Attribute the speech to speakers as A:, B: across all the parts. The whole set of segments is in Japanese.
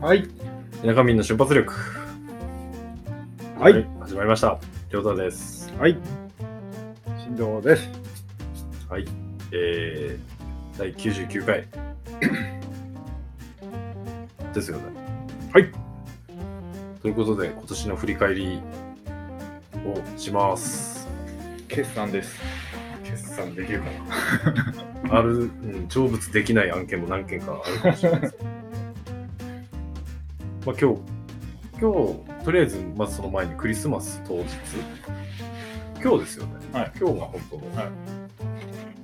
A: はい。
B: 田舎民の瞬発力。
A: はい。
B: 始まりました。りょうたです。
A: はい。振動です。
B: はい。えー、第99回。 ですよね。
A: はい。
B: ということで、今年の振り返りをします。
A: 決算です。
B: 決算できるか なある、うん、成仏できない案件も何件かあるかもしれないですけどまあ今日、今日、とりあえず、まずその前にクリスマス当日。今日ですよね。
A: はい
B: 今日が本当の。
A: はい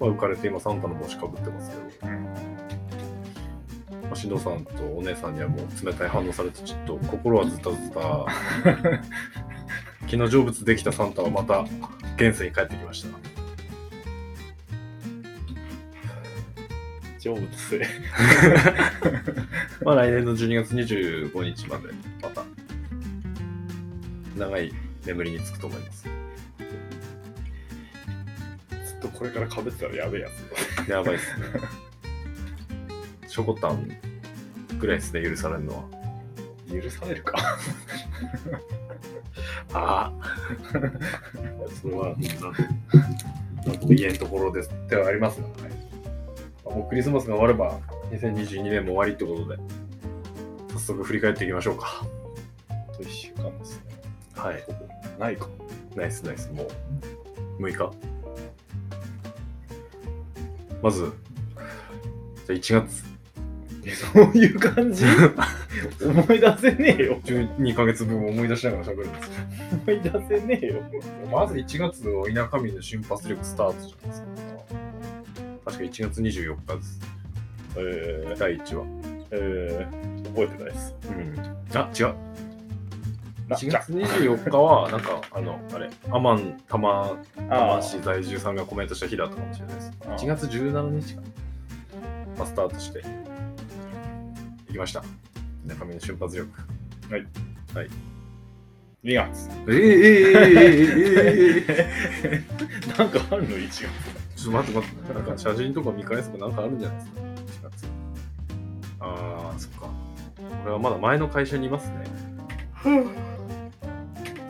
B: まあ浮かれて今、サンタの帽子かぶってますけど。まあ、しのさんとお姉さんにはもう冷たい反応されて、ちょっと心はズタズ タ。昨日成仏できたサンタはまた現世に帰ってきました。
A: 成仏する。
B: まあ来年の12月25日までまた長い眠りにつくと思います。
A: ずっとこれから被ってたらやべえや
B: やばいっすね。 ショコタンぐらいですね、許されるのは。
A: つ。許されるか。
B: ああ。 それは、なんとも言えんところです。ではありますが、はいまあもうクリスマスが終われば、2022年も終わりってことで、早速振り返っていきましょうか。
A: あと1週間ですね。
B: はい。
A: ほぼないか。
B: ナイスナイス、もう6日。まず、じゃあ1月、
A: えそういう感じ思い出せねえよ。
B: 12ヶ月分を思い出しながら喋るんですけ
A: 思い出せねえよ。
B: どまず1月を田舎民の瞬発力スタートじゃないですか。確か1月24日です。
A: えー、
B: 第1話。
A: えー、覚えてないです。
B: うん。あ、違う。
A: な
B: 1月24日は、なんか、あの、あれ、アマン玉
A: あ
B: 市在住さんがコメントした日だったかもしれないです。
A: あ
B: 1月17日かな、まあ、スタートして行きました中身の瞬発力
A: 2月。
B: ええええええええええ
A: なんかあるの1月。
B: ちょっと待って待ってなんか写真とか見返すとなんかあるんじゃないですか1月ああそっか俺はまだ前の会社にいますね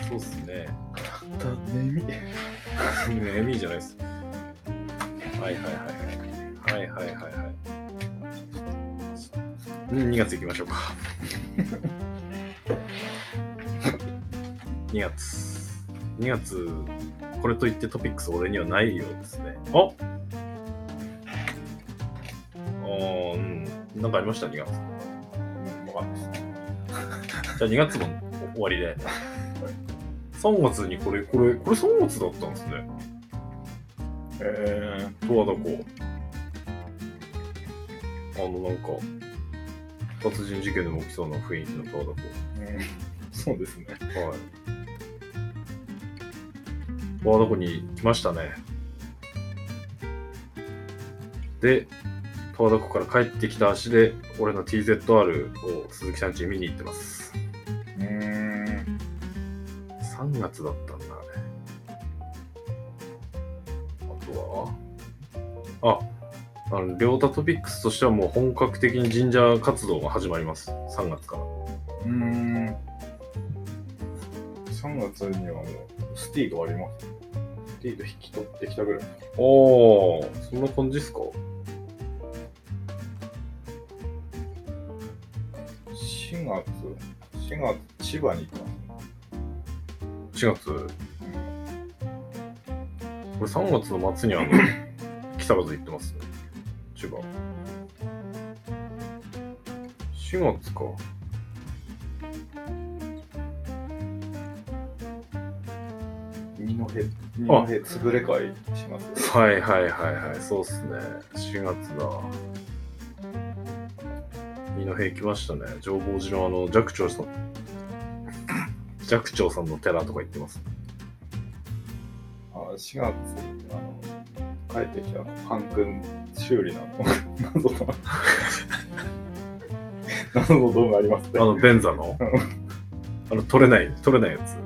B: そうっすね
A: だね
B: ねえ、いいじゃないです。はいはいはいはい。はいはいはいはい。うん2月行きましょうか。2月。2月、これといってトピックス俺にはないようですね。ああーうん。なんかありました、2月。
A: わかんない
B: じゃあ2月も終わりで。3月にこれ、これ、これ3月だったんですね。
A: え
B: 十和田湖あのなんか殺人事件でも起きそうな雰囲気の十和田
A: ー、そうですね。
B: 湖はい十和田湖に来ましたねで十和田湖から帰ってきた足で俺の TZR を鈴木さん家に見に行ってます
A: うん。
B: 3月だったんだあれあとはああの両太トピックスとしてはもう本格的に神社活動が始まります3月から
A: うん。3月にはもう、スティードあります。スティード引き取ってきたぐらい。
B: おおそんな感じですか
A: 4月、4月、千葉に行きま
B: 4月これ3月の末に あの木更津行ってますね千葉4月か
A: す。二戸、二
B: 戸
A: 潰れ会します。
B: はいはいはいはい、そうっすね。4月だ。二戸行きましたね。浄法寺のあの、寂聴さん。寂聴さんの寺とか行ってます。
A: あ4月、あの、帰ってきたパン君修理なの。謎の、謎の動画あります
B: あ
A: ね。
B: の、便座の
A: うん。
B: あの、取れない、取れないやつ。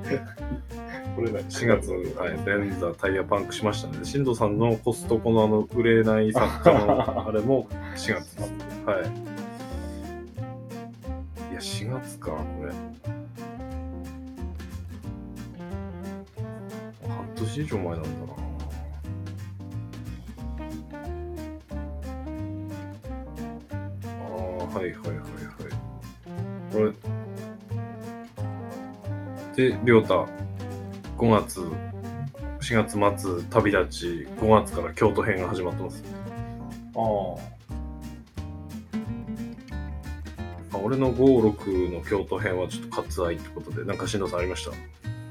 A: これだ
B: 4月、はい、便座、タイヤパンクしましたね。新藤さんのコストコのあの、売れない作家のあれも4月です。はい。いや、4 4月か、これ。半年以上前なんだな。ああ、はいはいはいはい。これ。で、りょうた、5月、4月末、旅立ち、5月から京都編が始まってます。
A: ああ。
B: あ俺の5、6の京都編はちょっと割愛ってことで、なんかしんどさんありまし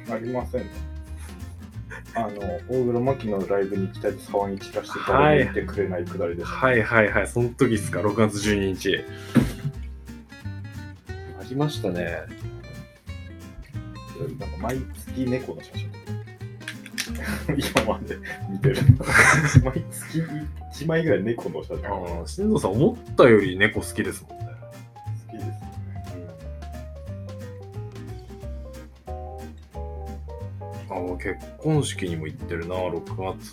B: た
A: ありませんね。あの、大黒摩季のライブに行きたいと騒ぎ散らしてた
B: はい
A: ら見てくれないくだりです。
B: はいはいはい、その時っすか、6月12日。ありましたね。
A: なんか毎月猫の写真。今まで見 てる。毎月1枚ぐらい猫の写真。好
B: ああ、しんどさん、思ったより猫好きですもんね。
A: きですね。
B: ああ、結婚式にも行ってるな、6月。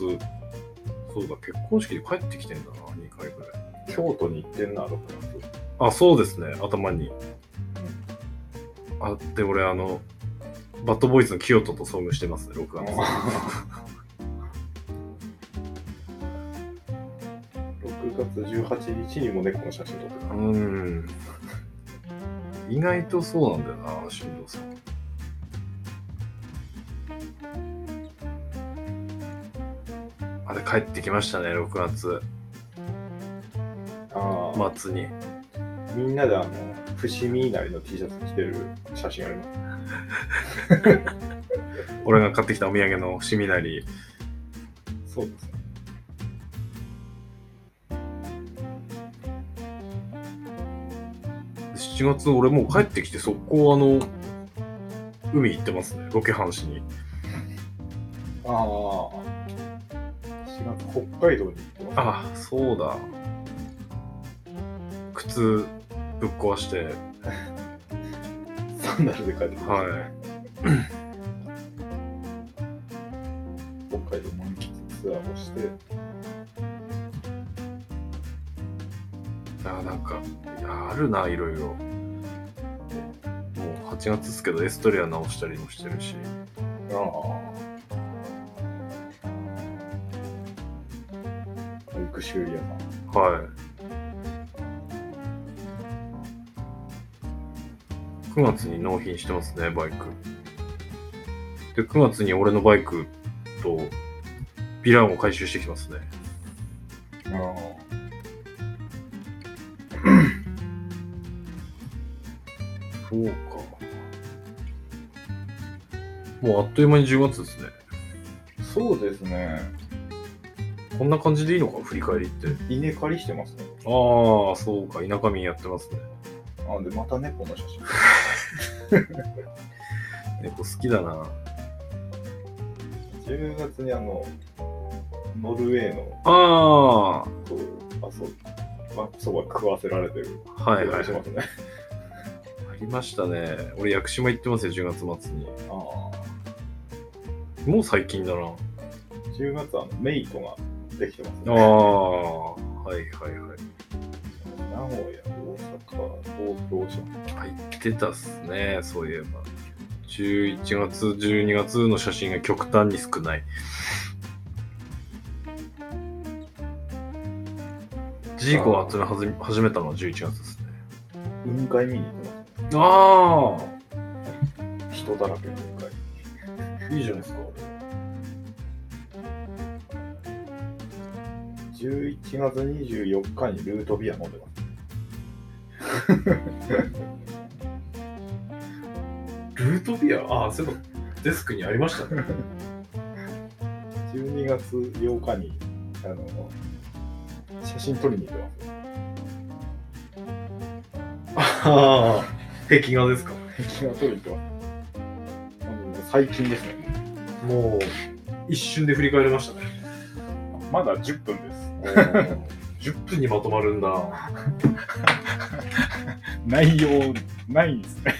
B: そうだ、結婚式で帰ってきてんだな、2回ぐらい。
A: 京都に行ってんな、6月。
B: あ、そうですね、頭に。あ、で、俺、あの、バッドボーイズの清人と遭遇してますね、6月。
A: 6月18日にも猫の写真撮って
B: う
A: た。
B: ーん。意外とそうなんだよな、進藤さん。あれ、帰ってきましたね、6月
A: ああ、
B: 末に。
A: みんなであの、伏見稲荷の T シャツ着てる写真あります。
B: 俺が買ってきたお土産の伏見なり、
A: そうですね。
B: 7月俺もう帰ってきて、速攻あの、海行ってますね、ロケハンしに。
A: ああ、4月、北海道に行ってます。
B: あそうだ靴ぶっ壊して
A: サンダルで帰ってきました
B: はい
A: 北海道満喫ツアーをして、
B: あなんかいやあるないろいろもう8月ですけどエストレア直したりもしてるし
A: ああ。行く修理屋さん。
B: はい9月に納品してますねバイクで9月に俺のバイクとピラーも回収してきますね
A: あ
B: そうかもうあっという間に10月ですね
A: あ。そうですね。
B: こんな感じでいいのか振り返りって。
A: 稲刈りしてますね。
B: ああ、そうか。田舎民やってますね。
A: あ、で、また猫の写真。
B: 猫好きだな。
A: 10月にあの、ノルウェーの
B: ああ、は
A: こう、あ、そう、ま、そば食わせられてる。
B: いはい、は
A: し
B: い
A: ま。すね。
B: ありましたね。俺、屋久島行ってますよ、10月末に。
A: ああ。
B: もう最近だな。あ
A: 10月はあのメイトができてます
B: あ、
A: ね。
B: はいはいはい。
A: 名古屋、大阪、東京、
B: 入ってたっすね、そういえば。11月、12月の写真が極端に少ない。ジーコを集め始め始めたのは11月ですね。
A: 雲海見に行ってますね。
B: ああ
A: 人だらけの雲海。
B: いいじゃないですか。
A: 11月24日にルートビア飲んでます。
B: ルートビアああ、そういうのデスクにありましたね。
A: 12月8日に、あの、写真撮りに行ってま
B: ああ、 壁画ですか。
A: す。 写真を撮りに行ってます。あの最近ですね。
B: もう、一瞬で振り返りましたね。
A: まだ10分です。
B: 10分にまとまるんだ。
A: 内容、ないんですね。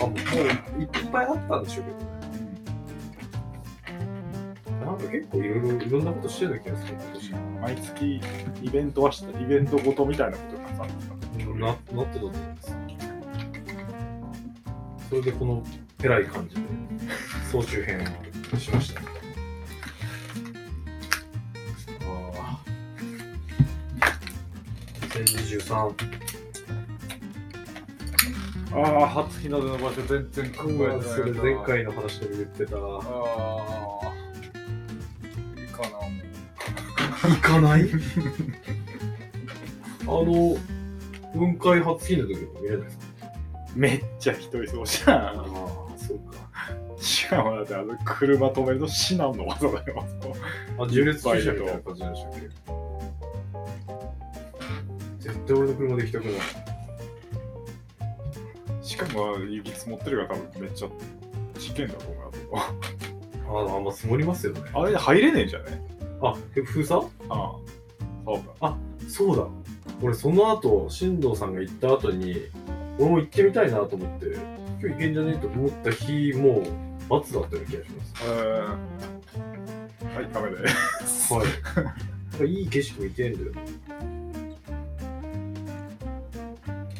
B: あ、もう、いっぱいあったんでしょうけどね。なんか結構いろいろ、いろんなことしてる気がする。
A: 毎月イベントはして、イベントごとみたいなことがさ、
B: 今年ななってたと思います。それでこの暗い感じで総集編をしました。あー2023
A: ああ、初日の出の場所全然考えてないな。
B: それ前回の話でも言ってた行
A: ああ、いいかな、も
B: かない あの雲海初日の時も見れないですか
A: う。めっちゃ人いそうじゃ
B: あ
A: ん。
B: あそうか
A: しかもだってあの車止めるの至難の技だよ。あそこ
B: あ重列駐車みたいな感じなんでしたっけ絶対俺の車で行きたくない
A: しかも雪積もってるから多分めっちゃ事件だと思うよあそ
B: ああまあ積もりますよね
A: こ。あれ入れねえんじゃね
B: あえ封鎖
A: ああ、そうだ。
B: そうだ俺その後進藤さんが行った後に俺も行ってみたいなと思って今日行けんじゃねえと思った日もう末だったような気がしま
A: えー、はい、ダメだよ。
B: すはいなん かいい景色見てんだよ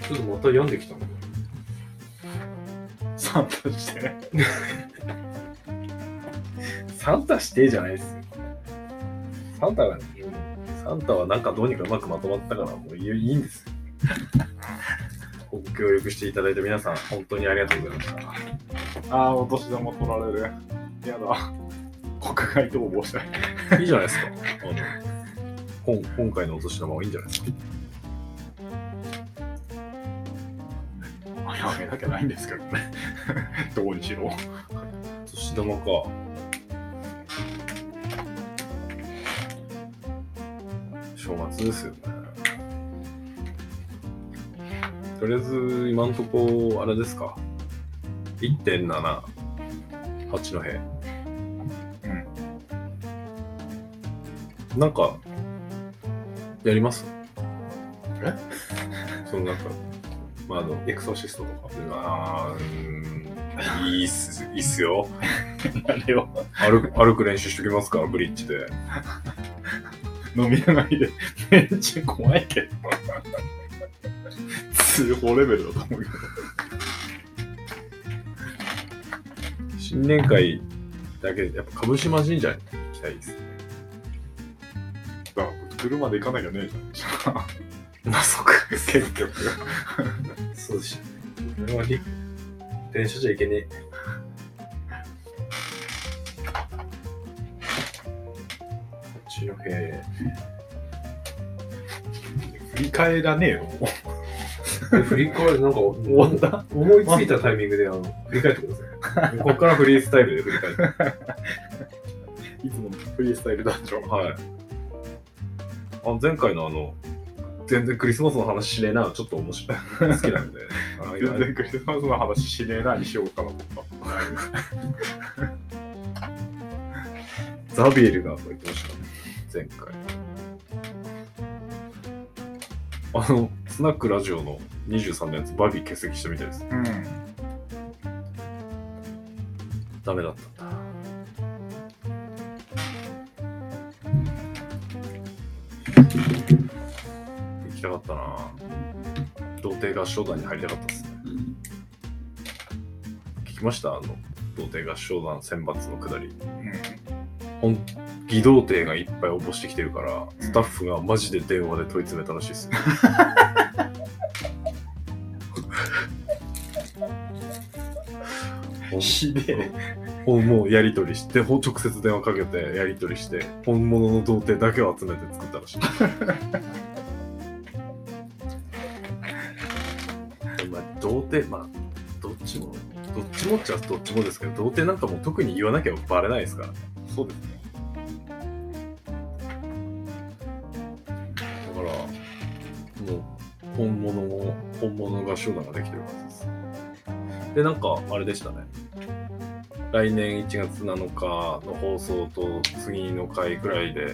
B: ちょっとまた病んできたの
A: サンタして。
B: サンタしてじゃないですよサンタがサンタはなんかどうにかうまくまとまったからもういいいいん ですよご協力していただいた皆さん本当にありがとうございまし
A: あ
B: た
A: あ、お年玉取られる。やだ。国外逃亡したい。
B: いいじゃないですか。あの今今回のお年玉はいいんじゃないですか。
A: 諦めなきゃないんですけどね。どうにしろ。
B: お年玉か。正月ですよね。とりあえず、今んとこ、あれですか。1.7、八戸。うん。なんか、やります
A: え
B: そのなんか、まあ、あの、エクソシストとか。あーうん、いいっす、いいっすよ。
A: あれを
B: 歩く歩く練習しときますから、ブリッジで。
A: 飲み屋街でめっちゃ怖いけど。通報レベルだと思うけど。
B: 新年会だけで、やっぱ鹿島神社に行きたいですね。
A: だから車で行かなきゃねえじゃん。
B: まあ、そっか。
A: 結局。
B: そうでしたね。俺は電車じゃいけねえ。こっちの部屋へ
A: 振り返らねえよ。
B: で振り返る、なんか終わった思いついたタイミングであの振り返ってくだ さい。ここからフリースタイルで振り返って。
A: いつものフリースタイル団長。
B: はい。あ前回のあの、全然クリスマスの話しねえな、ちょっと面白い。好きなんで。あ
A: 全然クリスマスの話しねえなにしようかなと思っ
B: ザビエルがとか言ってましたね、前回。あの、スナックラジオの23のやつ、バビー欠席したみたいです。
A: た。うん。
B: ダメだったんだ。行きたかったな童貞合唱団に入りたかったですね。聞きましたあの、童貞合唱団選抜のくだり。ほん偽童貞がいっぱい応募してきてるからスタッフがマジで電話で問い詰めたらしいですよほん
A: ひで
B: ほんもうやり取りしてほん直接電話かけてやり取りして本物の童貞だけを集めて作ったらしいでもまあ童貞まあどっちもどっちもっちゃどっちもですけど童貞なんかもう特に言わなきゃバレないですから
A: え。そうですね。
B: だから、もう、本物も、本物の合唱団ができてるはずです。で、なんか、あれでしたね。来年1月7日の放送と次の回くらいで、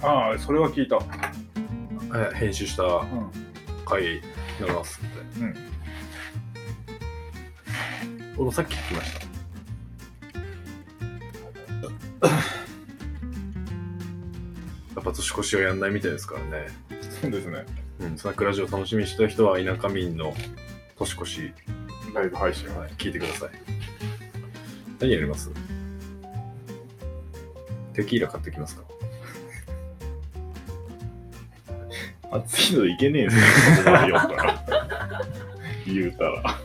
A: ああ、それは聞いた。
B: え編集した
A: うん。
B: 回になりますので。うん。俺もさっき聞きま した。やっぱ年越しはやんないみたいですからね。
A: そうですね。
B: うん、桜ジオ楽しみにした人は田舎民の年越し、
A: ライブ配信は。
B: はい、聞いてください。何やりますテキーラ買ってきますか
A: 暑いのでいけねえんすよ、ここまで酔ったら。言うたら。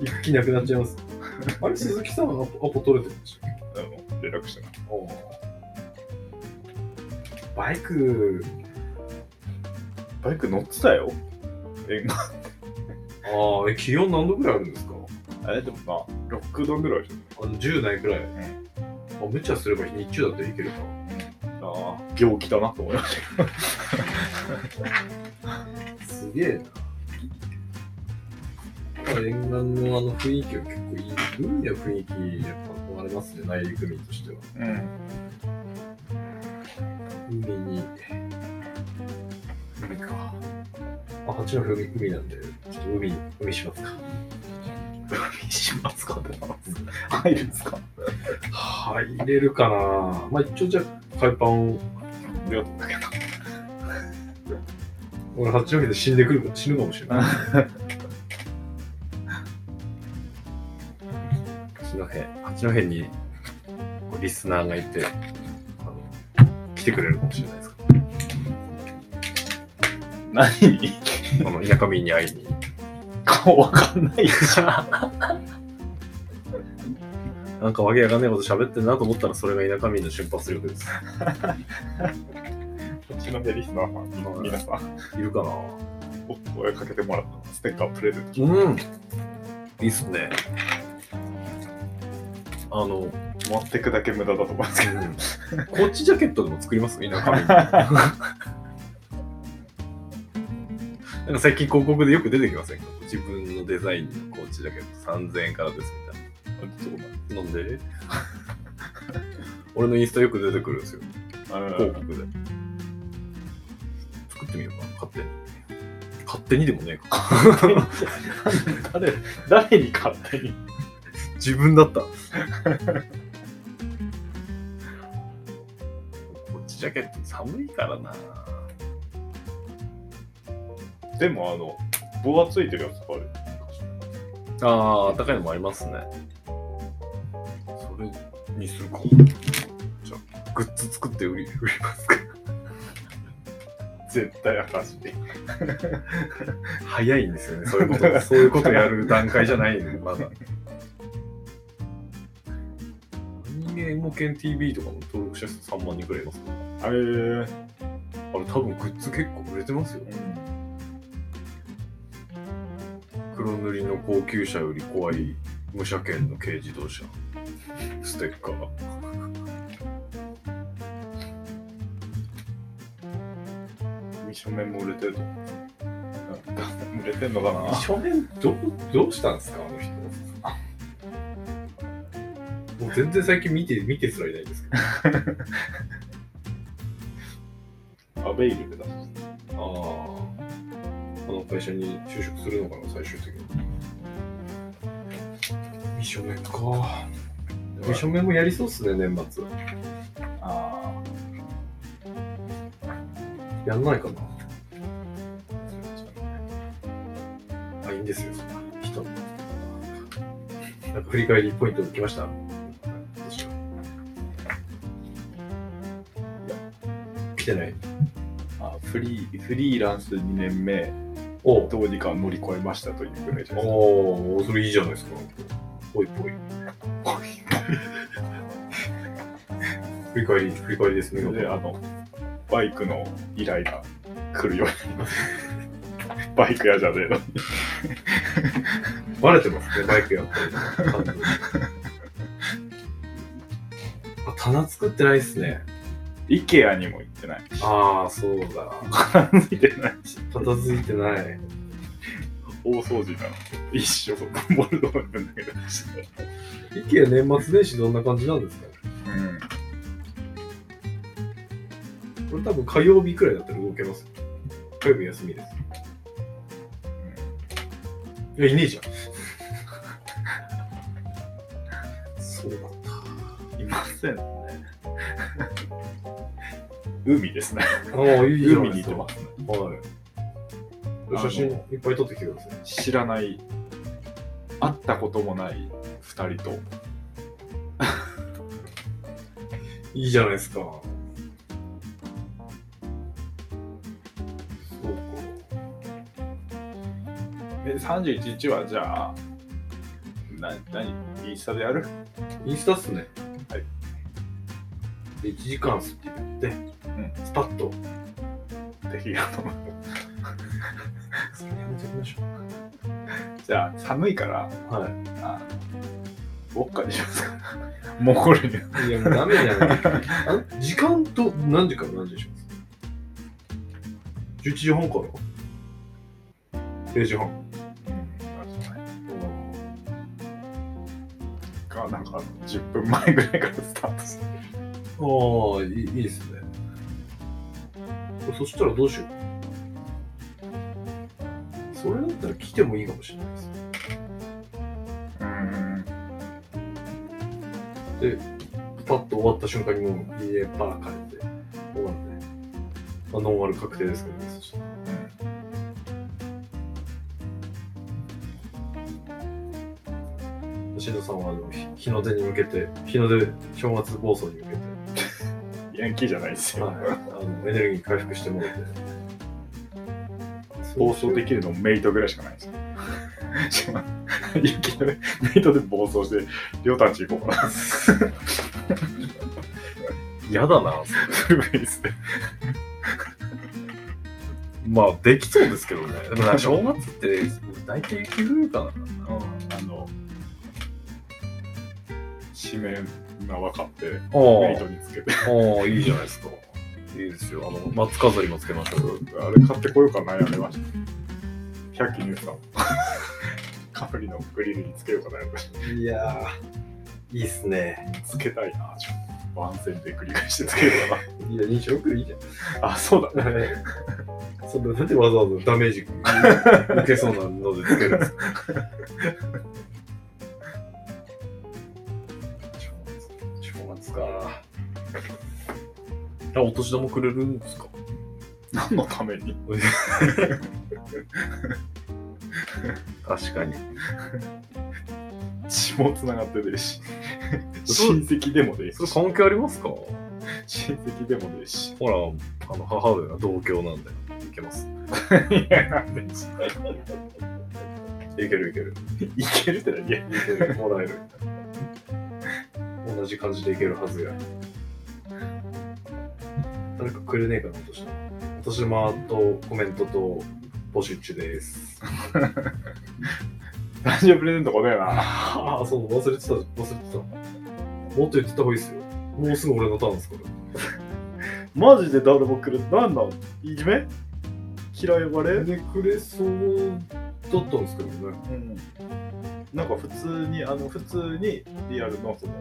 B: 一気なくなっちゃいます。 あれ、鈴木さんはアポアポ取れてるんでしょ
A: あの連絡したな。
B: バイク、
A: バイク乗ってたよ。え、
B: ああ、え気温何度ぐらいあるんですか
A: あれでもまあ、6度ぐらいじ
B: あの10代ぐらい。
A: ん
B: あ無茶すれば日中だったらいけるか。
A: ゃないああ、病気だなと思いまし
B: すげえな。沿岸のあの雰囲気は結構いい。海の雰囲気、やっぱ憧れますね、内陸民としては。
A: た。うん。
B: 海に。海か。あ、こっちの海海なんで、ちょっと海、海しますか。
A: しますかってな。入るんですか
B: 入れるかなまあ一応じゃあ、海パンを。
A: 出ようとだけど。
B: 俺、八戸で死んでくるか、死ぬかもしれない。八戸、八戸にこうリスナーがいて、あの来てくれるかもしれないですか。
A: 何に
B: あの田舎民に会いに。
A: かわかんないでしょ。
B: なんかわけわかんないこと喋ってるなと思ったら、それが田舎民の瞬発力です。
A: こっちのヘリスナーさん、皆さん、
B: いるかな
A: お声かけてもらったステッカープレゼント。
B: うん。いいっすね。あの、うん
A: 持ってくだけ無駄だと思いますけど。
B: こっちジャケットでも作ります田舎 民。なんか最近広告でよく出てきませんか自分のデザインのコーチだけど3000円からですみたいな。なんで 俺のインスタよく出てくるんですよ。広告で。作ってみようかな、勝手に。勝手にでもねえか。
A: 誰誰に勝手に
B: 自分 だった。コーチジャケット寒いからな。
A: でもあの棒がついてるやつある
B: ああ、暖かいのもありますね。それにするか。じゃあ、グッズ作って売り売りますか。
A: 絶対話して
B: 早いんですよね、そういう こと、そういうことやる段階じゃないの、まだ。アニメエモケン TV とかも登録者数3万人くらいいますか
A: あ
B: ら
A: れうん
B: あれ、多分グッズ結構売れてますよ。黒塗りの高級車より怖い無車検の軽自動車。ステッカー。
A: 二書面も売れてると思う売れてんのかな
B: 初面どどうしたんですかあの人もう全然最近見て見てすらいないですけ
A: アベイルで出し
B: どああこの会社に就職するのかな最終的に未書面か未書面もやりそうっすね年末
A: あ
B: やんないか
A: あ
B: なあいいんですよそんな人なんか振り返りポイントきました来てない
A: あフリーフリーランス2年目
B: おう
A: どうにか乗り越えましたというぐらいじゃないで
B: おおそれいいじゃないですかぽいぽい
A: すか
B: 振り返り振り返りですね
A: それであのバイクの依頼が来るようになりますバイク屋じゃねえの
B: バレてますね、バイクやってる感じあ、 棚作ってないっすね。
A: IKEA にも行ってない
B: ああ、そうだ。
A: 見てない
B: 片付いてない。
A: 大掃除なの一生モルドーなんだけど
B: 意見年末年始どんな感じなんですか
A: うん
B: これ多分火曜日くらいだったら動けますよ。火曜日休みです。いや、いねえじゃん。そうだっ た。
A: いませんね。海ですね。
B: ああ、いいじゃな
A: 海
B: い
A: に行
B: です
A: って
B: か。
A: ますね。
B: はい。
A: あの
B: 写真いっぱい撮ってきてください。
A: 知らない、会ったこともない二人と、
B: いいじゃないですか。そう
A: で、31日はじゃあ、な、何インスタでやる
B: か。インスタっすね。
A: はい。
B: で、1時間すって言って、
A: ん
B: スパッと。
A: ぜひ、あの、
B: それやめてみましょ
A: じゃあ、寒いから、
B: う。は
A: あの、ウォッカにしますか。もうこれ、
B: い。いや、もうダメじゃない。あ時間と何時から何時でします ?11 時半から ?0 時半。
A: か、なんか、10分前ぐらいからスタートする。
B: ああ、いいいいですね。そしたらどうしよう。それだったら来てもいいかもしれないです。
A: うん。
B: パッと終わった瞬間にもう家バー帰って終わって、まあ、ノンアル確定ですけどねそしたらシドさんはあの日日の出に向けて日の出正月暴走に向け
A: ヤンキーじゃないです
B: て、
A: よ。
B: はい、あのエネルギー回復してもらって
A: 暴走できるのもメイトぐらいしかないです。雪のね、メイトで暴走して、りょうたんち行こうかな。
B: 嫌だな
A: すごいですね。
B: まあできそうですけどねでもな正月って大体雪降るか
A: あの、紙面縄買って、
B: な
A: メイトにつけて、
B: ああいいじゃないですかいいですよあの松飾りもつけましょう
A: あれ買ってこようか悩んでました。100均でさ、カプリのグリルにつけようか悩んでまし
B: いやーいいっすね
A: た。つけたいな、ちょっと。番宣で繰り返してつけるか
B: いや、2色いいじ
A: な。あ、そうだね。
B: ゃん。 そんな、なんでわざわざダメージ受けそうなのでつけるんですか正月か。あ、お年玉くれるんですか
A: 何のために
B: 確かに。
A: 血もつながってるし、
B: そう
A: 親戚でもでいいし
B: それ関係ありますか
A: 親戚でもねえし。
B: ほら、あの母親が同郷なんで、いけます。
A: いや、なんでし
B: いけるいける。
A: いけるってだけ。
B: いける、もらえる。同じ感じでいけるはずや。誰かくれねえかな、お年玉。お年玉とコメントと募集中です。
A: 誕生日プレゼント来ねえな。
B: ああ、そう、忘れてた、忘れてた。もっと言ってた方がいいっすよ。もうすぐ俺のターンですから。
A: マジで誰も来る。なんだいじめ嫌いわ
B: れくれそうだったんですけどね。
A: うん。なんか普通に、あの、普通にリアルのその、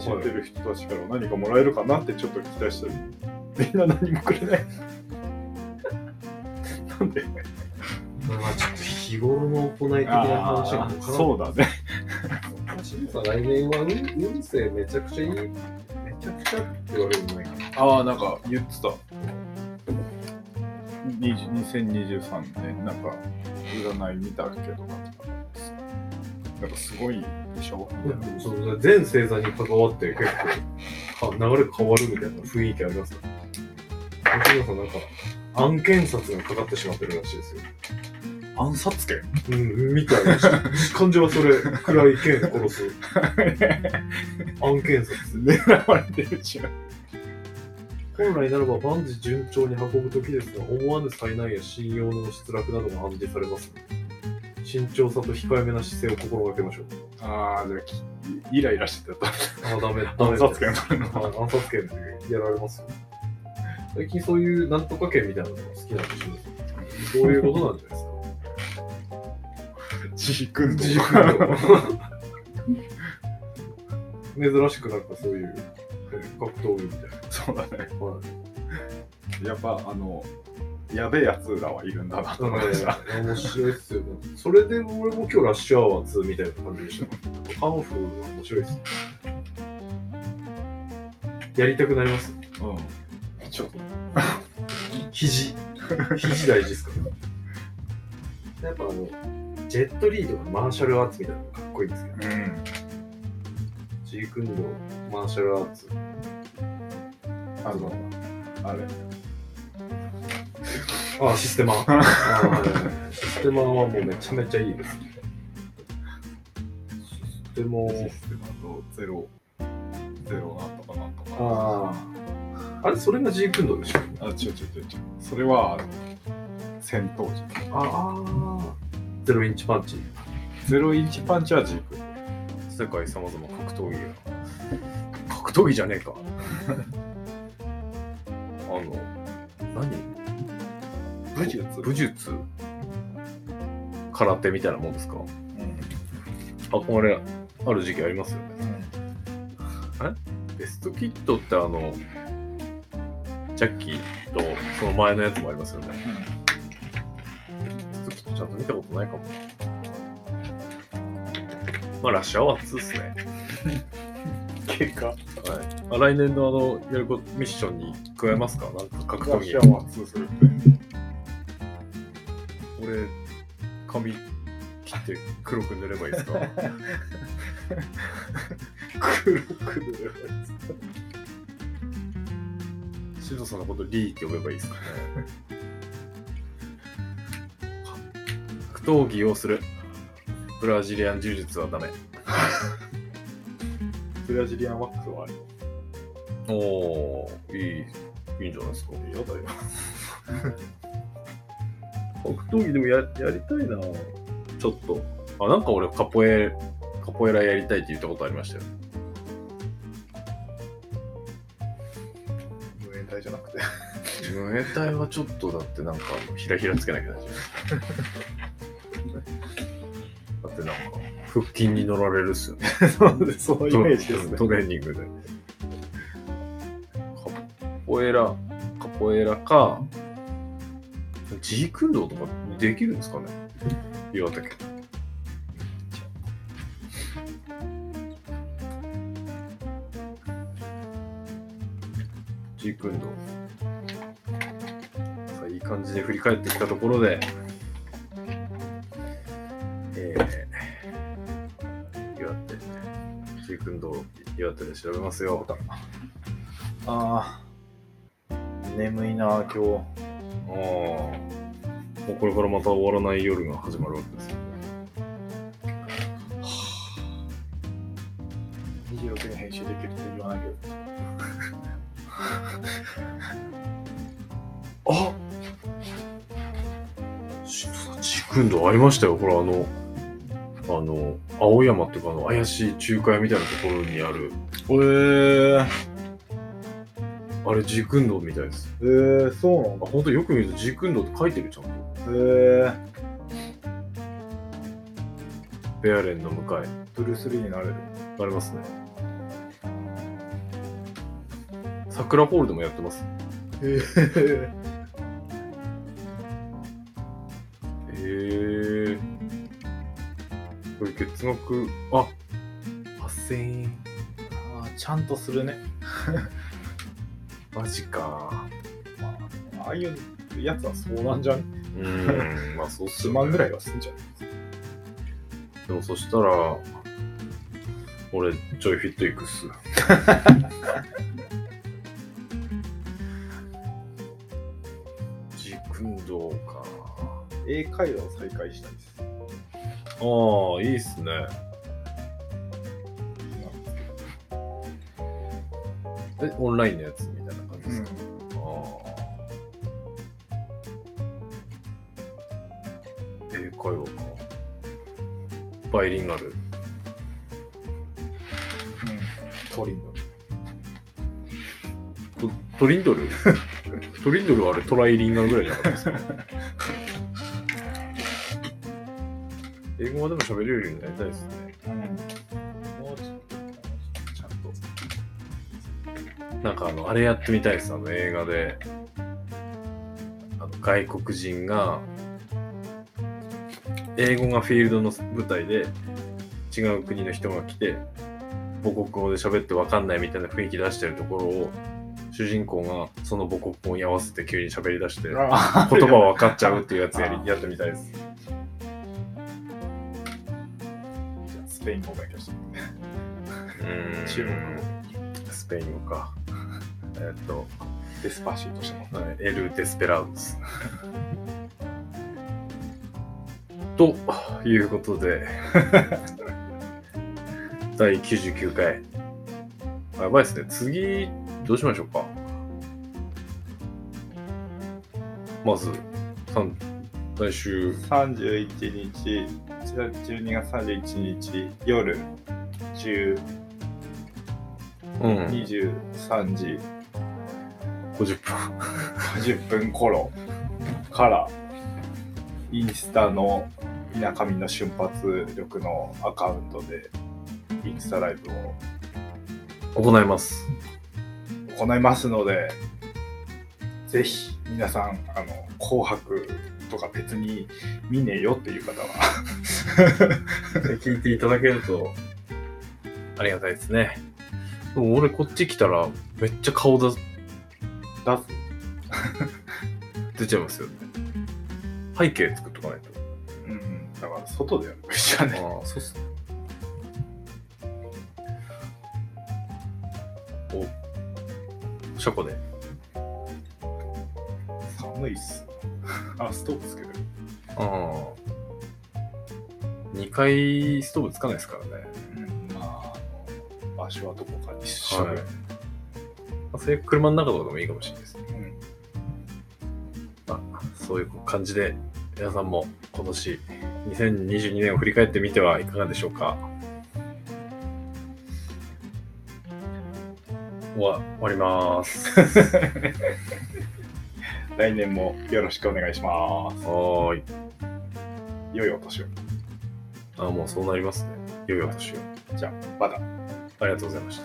A: 知ってる人たちから何かもらえるかなってちょっと期待してる。みんな何もくれない。 なんで
B: まあちょっと日頃の行い的な話が
A: あーそうだね。
B: シムさん来年は運運勢めちゃくちゃいいめちゃくちゃって言われるんじゃないかな
A: ああ、なんか言ってた。20 2023年、なんか占い見たけどなんか、なんかすごいでしょみたいな。
B: そう全星座に関わって結構は流れ変わるみたいな雰囲気ありますよシムさんなんか案件札がかかってしまってるらしいですよ
A: 暗殺権
B: うんみたいな感じはそれ暗い剣殺す案件札
A: 狙われてるじゃん。
B: 本来ならば万事順調に運ぶ時ですが思わぬ災難や信用の失落などが暗示されます慎重さと控えめな姿勢を心がけましょう
A: ああ、じゃあき、イライラしてた。
B: あダメダ
A: 暗
B: メ
A: 殺権取るの。
B: はい暗殺権でやられますよ最近そういうなんとか権みたいなのが好きなんでしょそういうことなんじゃない
A: 自君
B: です
A: と
B: か
A: か。
B: 珍しくなんかそういうえー格闘技みたいな、
A: そうだね。
B: はい
A: やっぱ、あの、やべえやつらはいるんだなと思いました。
B: なんかね面白いっすよね。それで俺も今日ラッシュアワー2みたいな感じでした。カンフ ー面白いっす。やりたくなります。
A: うん。ちょっと
B: 肘。肘大事ですから。やっぱあの、ジェットリードのマーシャルアーツみたいなのがかっこいいんですけど、
A: うん
B: ジー君のマーシャルアーツ。
A: あのあれ
B: あシステマ。あーシステマはもうめちゃめちゃいいです。システマを
A: システムのゼロゼロなんとかなんとか
B: ああ。あれ、それがジークンドーでしょ
A: あ違う違う違う違うそれはあの戦闘時
B: ああ。ゼロインチパンチ。
A: ゼロインチパンチはジーク
B: 世界さまざま格闘技が。格闘技じゃねえか。あの、何
A: 武術
B: 武術空手みたいなもんですか
A: うん
B: 憧れある時期ありますよね。ベストキットってあの、ジャッキーとその前のやつもありますよね。ベストキットちゃんと見たことないかも。まあ、ラッシュアワー2ですね。
A: 結果
B: はい。まあ、来年のあの、やること、ミッションに加えますかなんか格闘
A: 私
B: 技
A: は。ワンツーするって
B: 俺、髪切って黒く塗ればいいですか黒く塗ればいいですかシドさんのことリーって呼べばいいですかね格闘技をする。ブラジリアン柔術はダメ。
A: ブラジリアンワックスはあり
B: おー、いい、いいんじゃないですか。
A: やだよ
B: 格闘技でもややりたいなちょっとあなんか俺カポエカポエラやりたいって言ったことありましたよ
A: 無縁体じゃな くて
B: ムエタイはちょっとだってなんかひらひらつけなきゃ いけないじゃんだってなんか腹筋に乗られるっすよね
A: そうですそのイメージですね
B: トレーニングでカポエラカポエラかジークンドーとかできるんですかね岩手県ジークンドーさあいい感じで振り返ってきたところでえー、岩手ジークンドー岩手で調べますよ
A: ああ眠いな今
B: ああ。もうこれからまた終わらない夜が始まるわけですよね。
A: 日26に編集できるって言わないけど
B: あシクンドありましたよ。ほら、あの、あの、青山っていうか、あの、怪しい仲介みたいなところにある、
A: えー、
B: あれ、ジークンドーみたいです。
A: えー、そうなん
B: あ、
A: だ
B: ほんとよく見るとジークンドーって書いてるじゃんと。
A: えー、
B: ベアレンの向かい。
A: ブルース・リーになれる
B: ありますね。桜ホールでもやってます。
A: えー、
B: へえ。これ月額、あ8000円。
A: あーちゃんとするね
B: マジか。
A: まあああいうやつはそうなんじゃん
B: うー ん、まあそうっす
A: 1
B: よ、
A: 万ぐら
B: い。
A: いはすんじゃん
B: でもそしたら、俺、ちょいフィットいくっす。ジクンドーか。
A: 英会話を再開したいです
B: ああ、いいっすね。え、オンラインのやつみたいな感じですか、ああ。英会話か。バイリンガル。
A: トリンド
B: トトリンドル トリンドルはあれトライリンガルぐらいじゃなかったですか英語はでも喋れるようになりたいですね。
A: もうちょっとちゃんと
B: なんかあの、あれやってみたいです。あの映画で。あの外国人が、英語がフィールドの舞台で、違う国の人が来て、母国語で喋ってわかんないみたいな雰囲気出してるところを、主人公がその母国語に合わせて急に喋り出して、言
A: あー
B: 葉分かっちゃうっていうやつや
A: あ
B: りやってみたいです。
A: じゃあスペイン語勉強して
B: うん
A: 中
B: スペイン語か。えっと、
A: デスパーシーとしても
B: はいエル・デスペラウドス。ということで、 第99回。あやばいですね。次、どうしましょうか。まず、さん来週、
A: 31日12月31日夜10
B: うん、
A: 23時
B: 50
A: 50分頃からインスタのみなかみの瞬発力のアカウントでインスタライブを
B: 分行います。
A: 行いますのでぜひ皆さんあの「紅白」とか別に見ねえよっていう方は
B: 聞いていただけるとありがたいですね。でも俺こっち来たらめっちゃ顔出す
A: 出す
B: 出ちゃいますよね。背景作っとかないと。
A: うんうんだから外でやるべきだね
B: ああ、そうっすね。お、車庫で。
A: 寒いっすあストーブつけてる
B: ああ。2階ストーブつかないですからね。
A: まああの場所はどこかにしよう
B: はい。あそれ車の中とかでもいいかもしれないですね。
A: うん
B: まあ、そういう感じで、皆さんも今年、2022年を振り返ってみてはいかがでしょうか。終わ終わり ます。は
A: 来年もよろしくお願いします
B: ーい。
A: 良いお年を
B: あ、もうそうなりますね。良いお年を。
A: じゃあまた
B: ありがとうございました。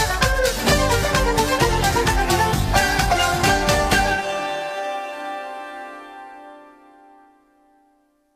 C: 「